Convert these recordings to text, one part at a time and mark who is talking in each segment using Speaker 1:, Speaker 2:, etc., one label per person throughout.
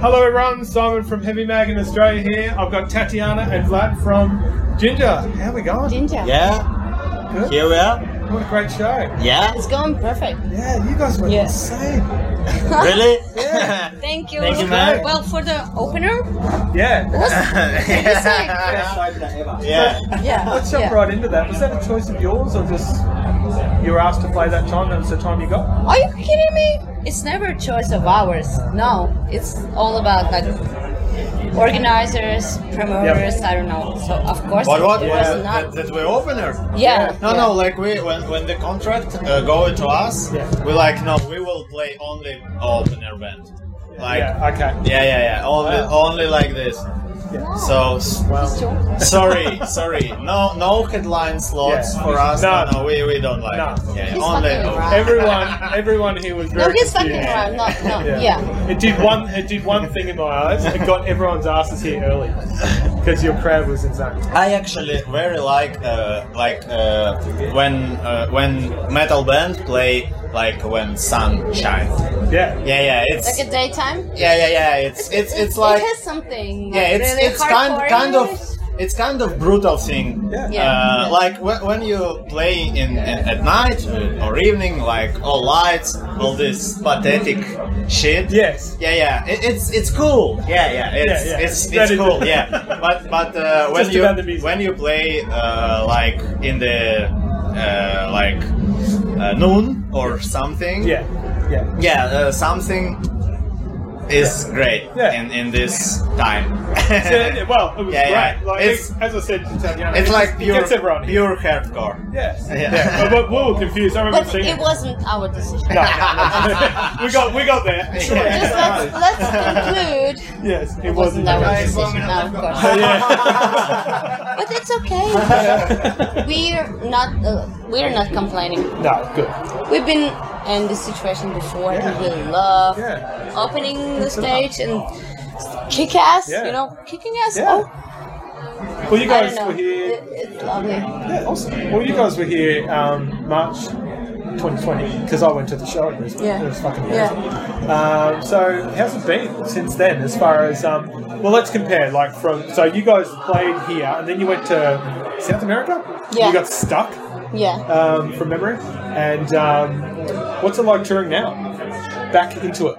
Speaker 1: Hello, everyone. Simon from Heavy Mag in Australia here. I've got Tatiana and Vlad from Ginger. How we going?
Speaker 2: Ginger.
Speaker 3: Yeah,
Speaker 1: Good.
Speaker 3: here we are.
Speaker 1: What a great show.
Speaker 3: Yeah,
Speaker 2: It's going perfect.
Speaker 1: Yeah, you guys were
Speaker 2: Yeah.
Speaker 1: insane.
Speaker 3: really?
Speaker 2: Thank you.
Speaker 3: Thank you, man.
Speaker 2: Well, for the opener,
Speaker 1: Yeah.
Speaker 3: yeah. yeah.
Speaker 2: yeah.
Speaker 1: Let's jump
Speaker 2: yeah.
Speaker 1: right into that. Was that a choice of yours or just you were asked to play that time? That was the time you got?
Speaker 2: Are you kidding me? It's never a choice of ours. No, it's all about like organizers, promoters. I don't know. So of course
Speaker 3: But what?
Speaker 2: it
Speaker 3: Yeah,
Speaker 2: was not.
Speaker 3: that, that we opener.
Speaker 2: Yeah,
Speaker 3: No,
Speaker 2: yeah.
Speaker 3: no. Like we when, when the contract uh, go to us,
Speaker 1: Yeah.
Speaker 3: we like no. We will play only opener band. Like yeah,
Speaker 1: yeah, okay.
Speaker 3: yeah, yeah. Only only like this. So s- sorry, sorry. No no headline slots
Speaker 1: Yeah.
Speaker 3: for us.
Speaker 1: No.
Speaker 3: No, no, we, we don't like.
Speaker 1: No.
Speaker 3: it. Yeah,
Speaker 2: He's
Speaker 3: only.
Speaker 2: fucking around.
Speaker 1: Everyone, everyone here was very.
Speaker 2: no, he's fucking
Speaker 1: confused.
Speaker 2: around. No, no, yeah.
Speaker 1: It did one. It did one thing in my eyes. It got everyone's asses here early because your crowd was insane.
Speaker 3: I actually very like uh, like uh, when uh, when metal band play like when sun shines.
Speaker 1: Yeah.
Speaker 3: Yeah, yeah, it's
Speaker 2: Like a daytime.
Speaker 3: yeah, yeah, yeah. It's it's it's like
Speaker 2: it has something.
Speaker 3: yeah,
Speaker 2: like,
Speaker 3: it's
Speaker 2: really
Speaker 3: it's kind
Speaker 2: hardcore
Speaker 3: kind of
Speaker 2: in it.
Speaker 3: it's kind of brutal thing.
Speaker 1: Yeah.
Speaker 2: Yeah.
Speaker 3: Uh,
Speaker 2: Yeah.
Speaker 3: Like when, when you play in, in at night or evening, like all lights, all this pathetic shit.
Speaker 1: Yes.
Speaker 3: Yeah, yeah, it, it's it's cool. Yeah, yeah, it's
Speaker 1: Yeah, yeah.
Speaker 3: it's,
Speaker 1: That
Speaker 3: it's
Speaker 1: is-
Speaker 3: cool. Yeah, but but uh, when
Speaker 1: Just about the
Speaker 3: you
Speaker 1: music.
Speaker 3: when you play uh, like in the uh, like uh, noon or something.
Speaker 1: Yeah. Yeah.
Speaker 3: yeah, uh, something is great
Speaker 1: Yeah.
Speaker 3: in in this time.
Speaker 1: So, well, it was
Speaker 3: Yeah,
Speaker 1: great.
Speaker 3: yeah.
Speaker 1: Like,
Speaker 3: It's-
Speaker 1: as I said to Tatiana, it
Speaker 3: it's like
Speaker 1: gets- it
Speaker 3: pure
Speaker 1: gets everyone here.
Speaker 3: pure hardcore.
Speaker 1: Yes.
Speaker 3: Yeah.
Speaker 1: Yeah. But we we were confused. I remember
Speaker 2: But
Speaker 1: seeing
Speaker 2: it wasn't our decision.
Speaker 1: No, no, no. we got we got there.
Speaker 2: Just let's, let's conclude.
Speaker 1: Yes, it
Speaker 2: wasn't
Speaker 1: wasn't.
Speaker 2: our
Speaker 1: there.
Speaker 2: decision. No, of course. But it's okay.
Speaker 1: Yeah.
Speaker 2: We're not. Uh, we're not complaining.
Speaker 1: no, good.
Speaker 2: We've been in this situation before, and we love
Speaker 1: Yeah.
Speaker 2: opening the stage and kick ass.
Speaker 1: Yeah.
Speaker 2: You know, kicking ass.
Speaker 1: Yeah.
Speaker 2: Oh,
Speaker 1: Well, you
Speaker 2: I
Speaker 1: guys
Speaker 2: don't know.
Speaker 1: were here.
Speaker 2: It- it's lovely.
Speaker 1: Yeah, awesome. Well, you guys were here um, March 2020 because I went to the show in Brisbane.
Speaker 2: Yeah.
Speaker 1: It was fucking
Speaker 2: Yeah.
Speaker 1: amazing. Um, so how's it been since then? As far as um, well, let's compare. Like from so you guys played here and then you went to South America.
Speaker 2: Yeah.
Speaker 1: You got stuck
Speaker 2: Yeah.
Speaker 1: um, from memory. And um, what's it like touring now? Back into it.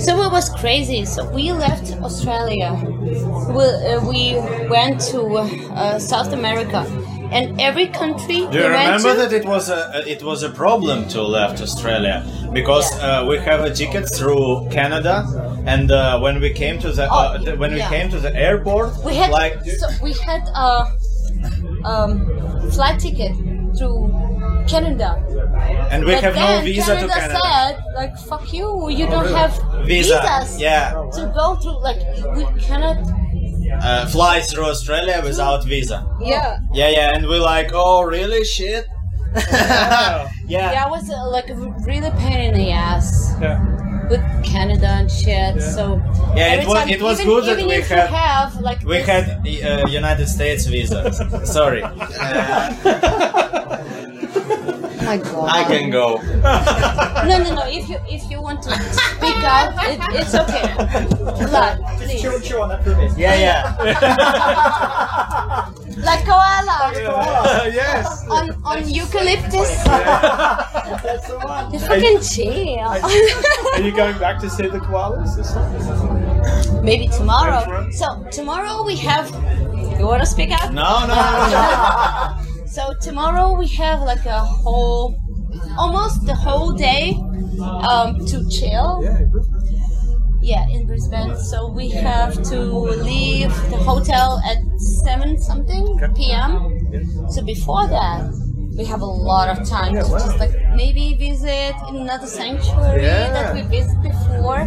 Speaker 2: So it was crazy. So we left Australia. We, uh, we went to uh, South America, and every country
Speaker 3: Do
Speaker 2: we
Speaker 3: you
Speaker 2: went
Speaker 3: remember
Speaker 2: to.
Speaker 3: that it was a it was a problem to left Australia because uh, we have a ticket through Canada, and uh, when we came to the uh,
Speaker 2: Oh,
Speaker 3: the- when
Speaker 2: yeah.
Speaker 3: we came to the airport,
Speaker 2: we had
Speaker 3: like
Speaker 2: so we had a um, flight ticket through Canada.
Speaker 3: and we
Speaker 2: but
Speaker 3: have
Speaker 2: then
Speaker 3: no visa
Speaker 2: Canada
Speaker 3: to Canada.
Speaker 2: said, like, fuck you, you don't have
Speaker 3: Visa,
Speaker 2: visas
Speaker 3: yeah,
Speaker 2: to go to, like, we cannot,
Speaker 3: uh, fly through Australia without visa.
Speaker 2: yeah.
Speaker 3: Yeah, yeah, and we like, oh, really, shit. yeah.
Speaker 2: Yeah, it was, uh, like, a really pain in the ass
Speaker 1: Yeah.
Speaker 2: with Canada and shit, so.
Speaker 3: Yeah, it
Speaker 2: every
Speaker 3: was-
Speaker 2: time-
Speaker 3: it was
Speaker 2: even-
Speaker 3: good that
Speaker 2: even
Speaker 3: we
Speaker 2: if you
Speaker 3: had-
Speaker 2: have, like,
Speaker 3: We
Speaker 2: this-
Speaker 3: had uh, United States visa. Sorry, Uh,
Speaker 2: Oh my god.
Speaker 3: I can go.
Speaker 2: No, no, no, if you, if you want to speak up, it, it's okay. Like, please.
Speaker 3: Yeah, yeah.
Speaker 2: Like koala.
Speaker 1: yes.
Speaker 2: on, on eucalyptus. You fucking
Speaker 1: Are
Speaker 2: chill.
Speaker 1: you going back to see the koalas or something?
Speaker 2: Maybe tomorrow. So tomorrow we have. You wanna speak up?
Speaker 3: No, no, no, no.
Speaker 2: So tomorrow we have like a whole, almost the whole day, um, to chill.
Speaker 1: Yeah, in Brisbane.
Speaker 2: Yeah, in Brisbane. So we have to leave the hotel at seven something p.m. So before that, we have a lot of time to just like maybe visit another sanctuary that we visited before.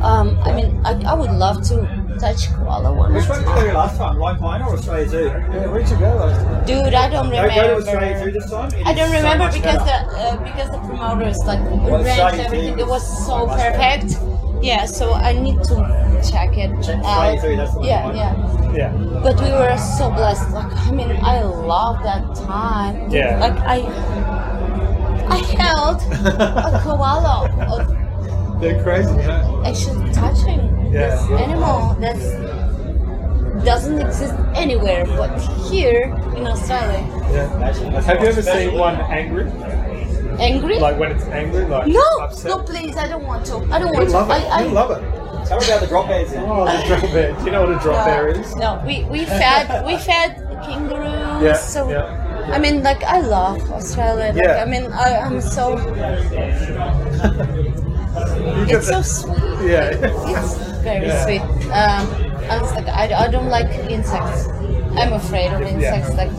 Speaker 2: Um, I, I would love to touch koala one
Speaker 4: Which
Speaker 2: more
Speaker 4: one did
Speaker 2: time.
Speaker 4: you do last time? Like mine or Australia Zoo?
Speaker 1: Yeah, where'd you go last time?
Speaker 2: Dude, I don't
Speaker 4: No, go to Australia Zoo
Speaker 2: remember.
Speaker 4: this time. It
Speaker 2: I
Speaker 4: is
Speaker 2: don't
Speaker 4: so
Speaker 2: remember
Speaker 4: much
Speaker 2: because the
Speaker 4: better.
Speaker 2: uh, because the promoters like
Speaker 4: Well,
Speaker 2: arranged
Speaker 4: Australia
Speaker 2: everything.
Speaker 4: Zoo
Speaker 2: It was
Speaker 4: is
Speaker 2: so
Speaker 4: so much better.
Speaker 2: perfect. Yeah, so I need to check it
Speaker 4: Check
Speaker 2: out.
Speaker 4: Australia Zoo, that's the one
Speaker 2: Yeah,
Speaker 4: you want.
Speaker 2: yeah.
Speaker 1: Yeah.
Speaker 2: But we were so blessed. Like I mean, I love that time.
Speaker 1: Yeah.
Speaker 2: Like I, I held a koala, of
Speaker 1: They're crazy, huh?
Speaker 2: actually touching this
Speaker 1: Yeah.
Speaker 2: animal that doesn't exist anywhere but here in Australia.
Speaker 1: Yeah.
Speaker 4: Actually, that's
Speaker 1: Have you
Speaker 4: much
Speaker 1: ever
Speaker 4: better.
Speaker 1: seen one angry?
Speaker 2: Angry?
Speaker 1: Like when it's angry, like
Speaker 2: no,
Speaker 1: upset?
Speaker 2: no, please, I don't want to. I don't want
Speaker 1: You love
Speaker 2: to.
Speaker 1: it.
Speaker 2: I, I,
Speaker 1: You love it.
Speaker 4: Tell me about the drop bears then.
Speaker 1: Oh, the drop bear. Do you know what a drop bear
Speaker 2: no,
Speaker 1: is?
Speaker 2: no, we, we fed we fed kangaroos.
Speaker 1: Yeah,
Speaker 2: so
Speaker 1: yeah,
Speaker 2: I mean, like I love Australia. Like,
Speaker 1: Yeah.
Speaker 2: I mean, I, I'm so
Speaker 1: You
Speaker 2: it's so sweet.
Speaker 1: Yeah.
Speaker 2: It's very
Speaker 1: Yeah.
Speaker 2: sweet. Um, I was like, I, I don't like insects. I'm afraid of insects, like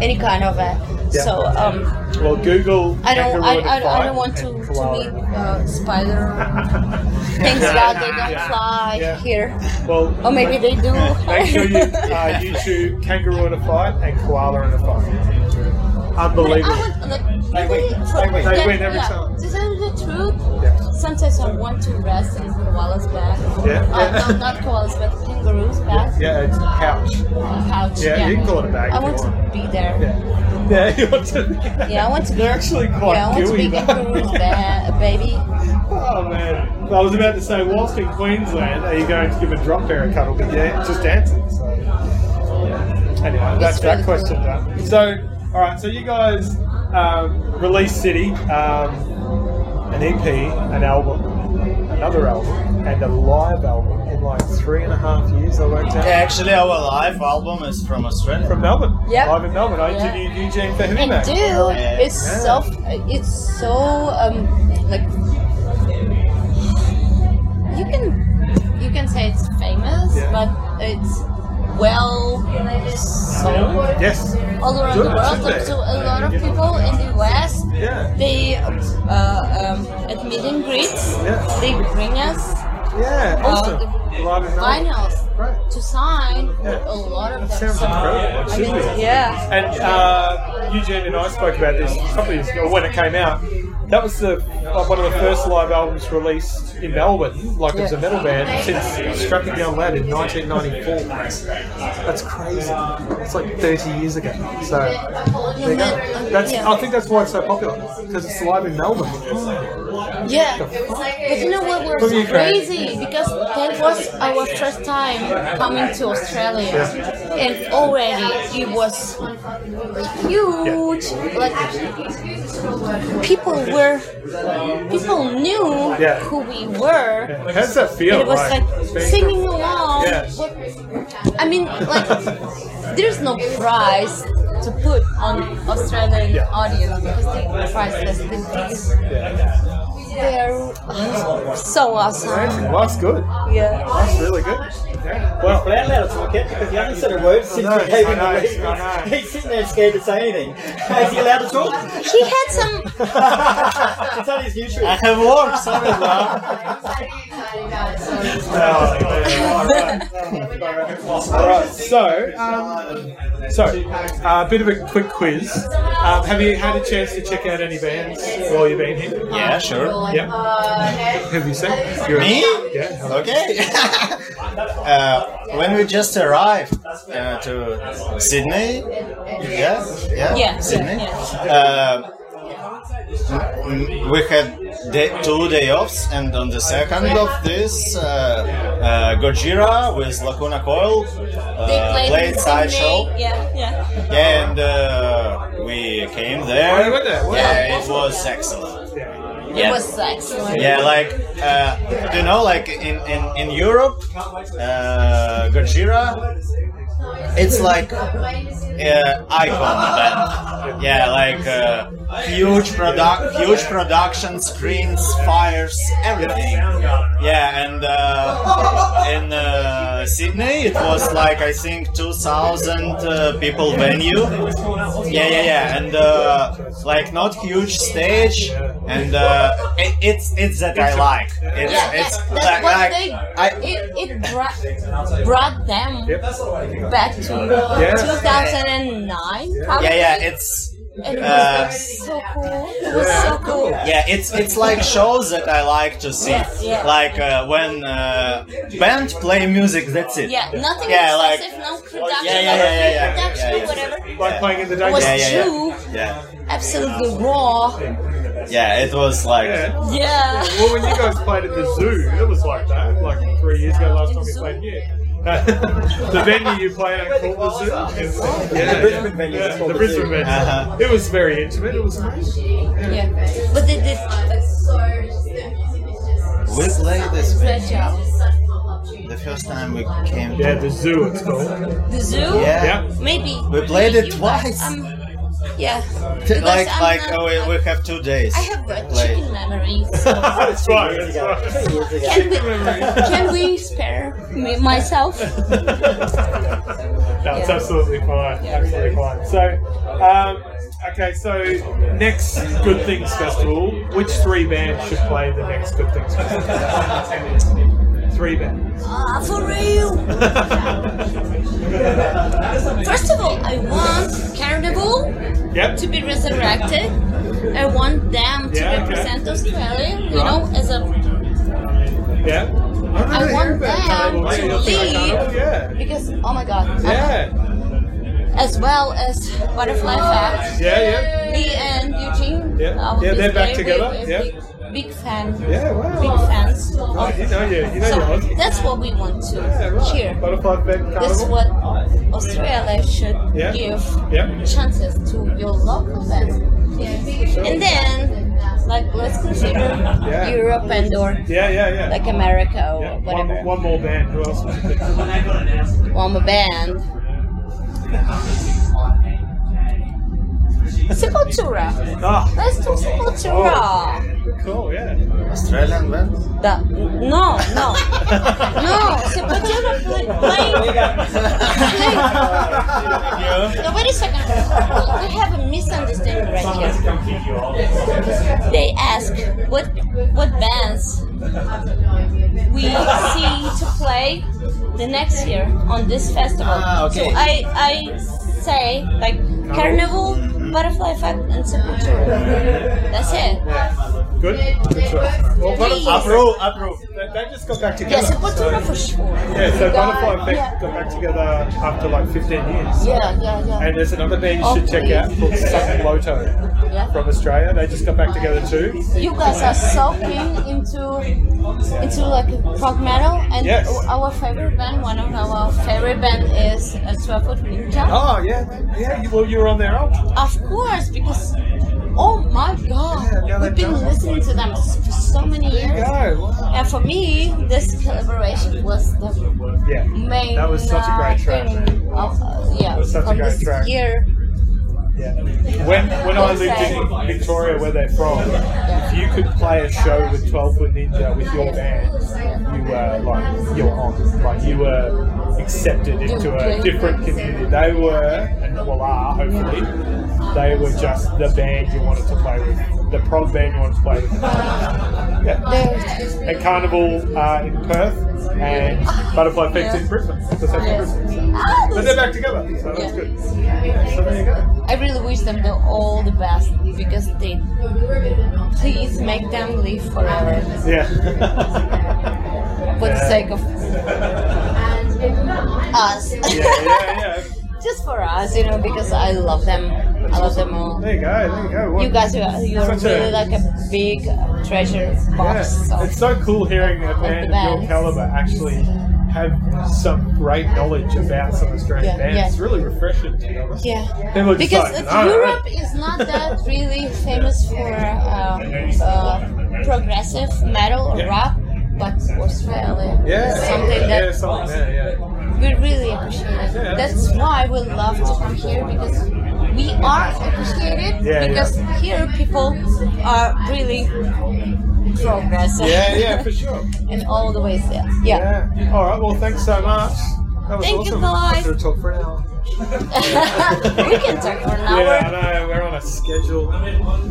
Speaker 2: any kind of it. So um,
Speaker 1: Well, Google.
Speaker 2: I don't, I,
Speaker 1: kangaroo to
Speaker 2: I, I don't
Speaker 1: fly
Speaker 2: want to,
Speaker 1: and
Speaker 2: to
Speaker 1: koala.
Speaker 2: meet uh, spider things that they don't
Speaker 1: Yeah.
Speaker 2: fly
Speaker 1: Yeah.
Speaker 2: here.
Speaker 1: Well,
Speaker 2: Or Oh, maybe they do.
Speaker 1: make sure you uh, YouTube kangaroo in a fight and koala in a fight. Unbelievable.
Speaker 2: I would, like,
Speaker 4: They
Speaker 2: really,
Speaker 4: win.
Speaker 2: for-
Speaker 4: They win.
Speaker 1: They
Speaker 2: yeah,
Speaker 1: win every
Speaker 2: yeah.
Speaker 1: time.
Speaker 2: To tell you the truth,
Speaker 1: Yeah.
Speaker 2: sometimes I want to rest in koala's back.
Speaker 1: Yeah.
Speaker 2: Uh, no, not koala's back, kangaroo's back.
Speaker 1: Yeah, it's couch.
Speaker 2: Couch.
Speaker 1: Yeah, you can call it a bag
Speaker 2: I
Speaker 1: if
Speaker 2: want
Speaker 1: you
Speaker 2: to be there. Yeah,
Speaker 1: Yeah. Yeah, you want to.
Speaker 2: I want to be.
Speaker 1: They're actually quite
Speaker 2: yeah, I want
Speaker 1: gooey,
Speaker 2: to be
Speaker 1: though.
Speaker 2: kangaroo's ba- baby.
Speaker 1: Oh man. I was about to say, whilst in Queensland, are you going to give a drop bear a cuddle? But yeah, it just answered. So yeah. anyway, that's
Speaker 2: really
Speaker 1: that question
Speaker 2: cool.
Speaker 1: done. So all right, so you guys um, release City, um, an EP, an album, another album, and a live album in like three and a half years. I worked out.
Speaker 3: Yeah, actually, our live album is from Australia.
Speaker 1: From Melbourne.
Speaker 2: Yep.
Speaker 1: Live in Melbourne. I
Speaker 2: Yeah.
Speaker 1: interviewed Eugene for Heavy
Speaker 2: And
Speaker 1: Mac.
Speaker 2: dude,
Speaker 3: Yeah.
Speaker 2: it's so it's so um like you can you can say it's famous,
Speaker 1: Yeah.
Speaker 2: but it's well sold
Speaker 1: Yes.
Speaker 2: all around
Speaker 1: Good,
Speaker 2: the world.
Speaker 1: should
Speaker 2: Like,
Speaker 1: they?
Speaker 2: so a lot of people in the US,
Speaker 1: Yeah.
Speaker 2: they uh, um, at meet and greets,
Speaker 1: Yeah.
Speaker 2: they bring us
Speaker 1: Yeah. Awesome.
Speaker 2: the
Speaker 1: Live in Melbourne.
Speaker 2: vinyls
Speaker 1: Great.
Speaker 2: to sign.
Speaker 1: Yeah.
Speaker 2: A lot of
Speaker 1: That
Speaker 2: them.
Speaker 1: sounds
Speaker 2: sign.
Speaker 1: incredible. It
Speaker 2: I
Speaker 1: should
Speaker 2: mean,
Speaker 1: be.
Speaker 2: yeah.
Speaker 1: And uh, Eugene and I spoke about this a couple of years ago when it came out. That was the like, one of the first live albums released in Melbourne, like as a metal band, since Strapping Down Lad in 1994. That's crazy. It's like 30 years ago. So there you go. That's, I think that's why it's so popular because it's live in Melbourne.
Speaker 2: Yeah, but you know what? We're
Speaker 1: From
Speaker 2: so
Speaker 1: Ukraine.
Speaker 2: crazy because that was our first time coming to Australia, and already it was huge. Like people were, people knew
Speaker 1: Yeah.
Speaker 2: who we were.
Speaker 1: How does that feel?
Speaker 2: And it was like
Speaker 1: being-
Speaker 2: singing along.
Speaker 1: Yeah.
Speaker 2: What- I mean, like, there's no price to put on Australian
Speaker 1: Yeah.
Speaker 2: audience because they're priceless. They, they're so awesome.
Speaker 1: Well, that's good.
Speaker 2: Yeah.
Speaker 1: That's really good.
Speaker 4: Well, Flan let us look at because he hasn't said a word since
Speaker 1: I know,
Speaker 4: we gave
Speaker 1: I
Speaker 4: him
Speaker 1: know,
Speaker 4: the
Speaker 1: I
Speaker 4: reason.
Speaker 1: know.
Speaker 4: He's sitting there scared to say anything. Is he allowed to talk?
Speaker 2: He had some.
Speaker 4: it's on his nutrients.
Speaker 3: I have worked, sorry, love.
Speaker 1: All right, so um, so a bit of a quick quiz. Um, have you had a chance to check out any bands while you've been here?
Speaker 3: Yeah, sure.
Speaker 1: Yeah. Who have you seen? You're-
Speaker 3: Me?
Speaker 1: Yeah. hello.
Speaker 3: Okay. uh, when we just arrived uh, to Sydney, yeah, yeah,
Speaker 2: Yeah,
Speaker 3: Sydney.
Speaker 2: yeah,
Speaker 3: Uh, m- we had day, two day offs, and on the second of this, uh, uh, Gojira with Lacuna Coil uh,
Speaker 2: They played, in
Speaker 3: side
Speaker 2: Sydney.
Speaker 3: show.
Speaker 2: Yeah, yeah.
Speaker 3: Yeah, and uh, we came there.
Speaker 1: Oh, you went there, wow.
Speaker 3: Yeah, it was excellent.
Speaker 1: Yeah.
Speaker 2: It
Speaker 3: Yeah.
Speaker 2: was excellent.
Speaker 3: Yeah, like uh, do you know, like in in in Europe, uh, Gojira, it's like uh, icon band. Yeah, like uh, huge product, huge production, screens, fires, everything. Yeah, and uh, in uh, uh, Sydney. It was like I think 2,000 uh, people venue. Yeah, yeah, yeah, and uh, like not huge stage, and uh, it, it's it's that I like. It's,
Speaker 2: Yeah,
Speaker 3: it's
Speaker 2: that,
Speaker 3: like,
Speaker 2: that's what
Speaker 3: like
Speaker 2: they.
Speaker 3: I.
Speaker 2: it it bra- brought them
Speaker 1: Yep.
Speaker 2: back to uh,
Speaker 1: Yeah.
Speaker 2: 2009. Probably.
Speaker 3: Yeah, yeah, it's
Speaker 2: And it was
Speaker 3: uh,
Speaker 2: like so cool. It was so cool.
Speaker 3: yeah, it's it's like shows that I like to see.
Speaker 2: Yes, yeah.
Speaker 3: Like uh, when uh, band play music, that's it.
Speaker 2: Yeah, nothing
Speaker 3: Yeah, like-
Speaker 2: excessive, no production,
Speaker 3: Yeah, yeah, yeah, yeah, yeah,
Speaker 2: no pre-production,
Speaker 3: yeah, yeah.
Speaker 2: whatever.
Speaker 1: Like playing in the day.
Speaker 2: It was
Speaker 3: Yeah, yeah, yeah.
Speaker 2: true,
Speaker 3: Yeah,
Speaker 2: absolutely raw.
Speaker 3: yeah, it was like
Speaker 1: Yeah.
Speaker 2: Yeah.
Speaker 1: Well, when you guys played at the zoo, it was like that. Like three years ago, last time we
Speaker 2: Zoo?
Speaker 1: played here. the venue you played at called the zoo. Yeah, yeah.
Speaker 4: Brisbane venue is
Speaker 1: Yeah,
Speaker 4: called the
Speaker 1: the Brisbane
Speaker 4: Zoo.
Speaker 1: venue.
Speaker 3: Uh-huh.
Speaker 1: It was very intimate. It was amazing.
Speaker 2: Yeah. But they did
Speaker 3: we played this
Speaker 2: a great job.
Speaker 3: the first time we came.
Speaker 1: Yeah, the zoo. It's called.
Speaker 2: The zoo?
Speaker 3: Yeah.
Speaker 1: Yeah.
Speaker 2: Maybe.
Speaker 3: We played
Speaker 2: maybe
Speaker 3: it
Speaker 2: you guys-
Speaker 3: twice.
Speaker 2: um, yeah.
Speaker 3: T-
Speaker 2: Because
Speaker 3: like
Speaker 2: I'm
Speaker 3: like
Speaker 2: not-
Speaker 3: oh, we, we have two days.
Speaker 2: I have uh,
Speaker 3: Like-
Speaker 2: chicken memories.
Speaker 1: that's right. That's right.
Speaker 4: Years ago.
Speaker 2: Can we, can we spare me, myself?
Speaker 1: That's absolutely fine. Absolutely fine. So, um, okay, so next Good Things Festival, which three bands should play the next Good Things Festival? three bands.
Speaker 2: Ah, for real. First of all, I want Carnival
Speaker 1: Yep.
Speaker 2: to be resurrected. I want them to
Speaker 1: Yeah, okay.
Speaker 2: represent Australia, you
Speaker 1: Right.
Speaker 2: know, as a
Speaker 1: Yeah.
Speaker 2: I want them to leave
Speaker 1: Yeah.
Speaker 2: because oh my god.
Speaker 1: Yeah.
Speaker 2: As well as Butterfly Effect.
Speaker 1: Yeah, yeah.
Speaker 2: Me and Eugene.
Speaker 1: Yeah.
Speaker 2: our
Speaker 1: Yeah, they're back
Speaker 2: display,
Speaker 1: together,
Speaker 2: we're
Speaker 1: yeah.
Speaker 2: Big, big fan.
Speaker 1: Yeah, wow.
Speaker 2: Big fans. of-
Speaker 1: Oh, you know you, you know
Speaker 2: so
Speaker 1: you're Aussie.
Speaker 2: that's what we want to
Speaker 1: Yeah, right.
Speaker 2: hear.
Speaker 1: Butterfly Effect
Speaker 2: That's
Speaker 1: Carnival.
Speaker 2: what Australia should
Speaker 1: Yeah.
Speaker 2: give
Speaker 1: Yep.
Speaker 2: chances to your local band. And then, like, let's consider
Speaker 1: Yeah.
Speaker 2: Europe and or
Speaker 1: Yeah, yeah, yeah.
Speaker 2: like America or
Speaker 1: yeah.
Speaker 2: whatever.
Speaker 1: One, one more band. Who else? would you pick?
Speaker 2: Warm a band. Sepultura.
Speaker 1: Ah,
Speaker 2: Let's do
Speaker 1: Oh.
Speaker 2: Sepultura.
Speaker 1: cool. Yeah.
Speaker 3: Australian band.
Speaker 2: The, no, no, no. Sepultura play, playing. playing
Speaker 3: Yeah.
Speaker 2: No, wait a second. We have a misunderstanding right here. They ask what what bands we see to play the next year on this festival.
Speaker 3: Ah, okay.
Speaker 2: So I I say like Carnival, Butterfly Effect, and Sepultura. That's it.
Speaker 1: Good. Good choice. Well, Butterfly-
Speaker 3: Approve,
Speaker 1: uh,
Speaker 3: approve.
Speaker 1: they they just got back
Speaker 2: Yeah,
Speaker 1: together.
Speaker 2: Sepultura for sure.
Speaker 1: Yeah, so Butterfly Effect got back together after like 15 years.
Speaker 2: Yeah, yeah, yeah.
Speaker 1: And there's another band you should check out called Suck Loto
Speaker 2: yeah.
Speaker 1: from Australia. They just got back together too.
Speaker 2: you guys are so keen into into like prog metal and
Speaker 1: Yes.
Speaker 2: our favorite band one of our favorite band is uh, 12 foot ninja
Speaker 1: Oh, yeah. Yeah, you, well, you were on their album.
Speaker 2: of course because oh my god
Speaker 1: Yeah,
Speaker 2: we've been
Speaker 1: they're-
Speaker 2: listening to them s- for so many years
Speaker 1: Go. Wow.
Speaker 2: and for me this collaboration was the
Speaker 1: Yeah.
Speaker 2: main
Speaker 1: That was such a
Speaker 2: uh,
Speaker 1: great track,
Speaker 2: thing
Speaker 1: man.
Speaker 2: of, uh, yeah
Speaker 1: It was such a
Speaker 2: of
Speaker 1: great
Speaker 2: this
Speaker 1: track.
Speaker 2: year
Speaker 1: Yeah. When when I lived in Victoria, where they're from, if you could play a show with Twelve Foot Ninja with your band, you were like you're on, like you were accepted into a different community. They were, and well are hopefully, they were just the band you wanted to play with, the prog band you wanted to play with. Yeah. At Carnival uh, in Perth and Butterfly Effect in Brisbane. So that's in Brisbane.
Speaker 2: Ah,
Speaker 1: But they're back together, so that's good. So there you go.
Speaker 2: I really wish them the all the best because they please make them live forever
Speaker 1: Yeah.
Speaker 2: for the sake of us.
Speaker 1: yeah, yeah.
Speaker 2: Just for us, you know, because I love them. I love them all.
Speaker 1: There you go. There you go. What-
Speaker 2: You guys, you are, you are
Speaker 1: Such a-
Speaker 2: really like a big uh, treasure
Speaker 1: Yeah.
Speaker 2: box.
Speaker 1: It's so
Speaker 2: So.
Speaker 1: cool hearing a
Speaker 2: the
Speaker 1: band of
Speaker 2: bands.
Speaker 1: your caliber actually have some great knowledge about some Australian
Speaker 2: Yeah,
Speaker 1: bands.
Speaker 2: yeah.
Speaker 1: It's really refreshing to be honest.
Speaker 2: Yeah.
Speaker 1: People are just
Speaker 2: Because
Speaker 1: like,
Speaker 2: it's-
Speaker 1: "All right."
Speaker 2: Europe is not that really famous for uh, uh, progressive metal or
Speaker 1: Yeah.
Speaker 2: rock, but Australia
Speaker 1: Yeah.
Speaker 2: is something that
Speaker 1: yeah, something there, yeah.
Speaker 2: We really appreciate it.
Speaker 1: Yeah.
Speaker 2: That's why we love to come here because we are appreciated.
Speaker 1: Yeah,
Speaker 2: because here people are really progress.
Speaker 1: Yeah, yeah, for sure.
Speaker 2: in all the ways. Yeah. yeah.
Speaker 1: Yeah. All right. Well, thanks so much. That was
Speaker 2: Thank you,
Speaker 1: awesome.
Speaker 2: guys.
Speaker 1: I could have talked for an hour.
Speaker 2: we can talk for an hour.
Speaker 1: Yeah, I know. We're on a schedule.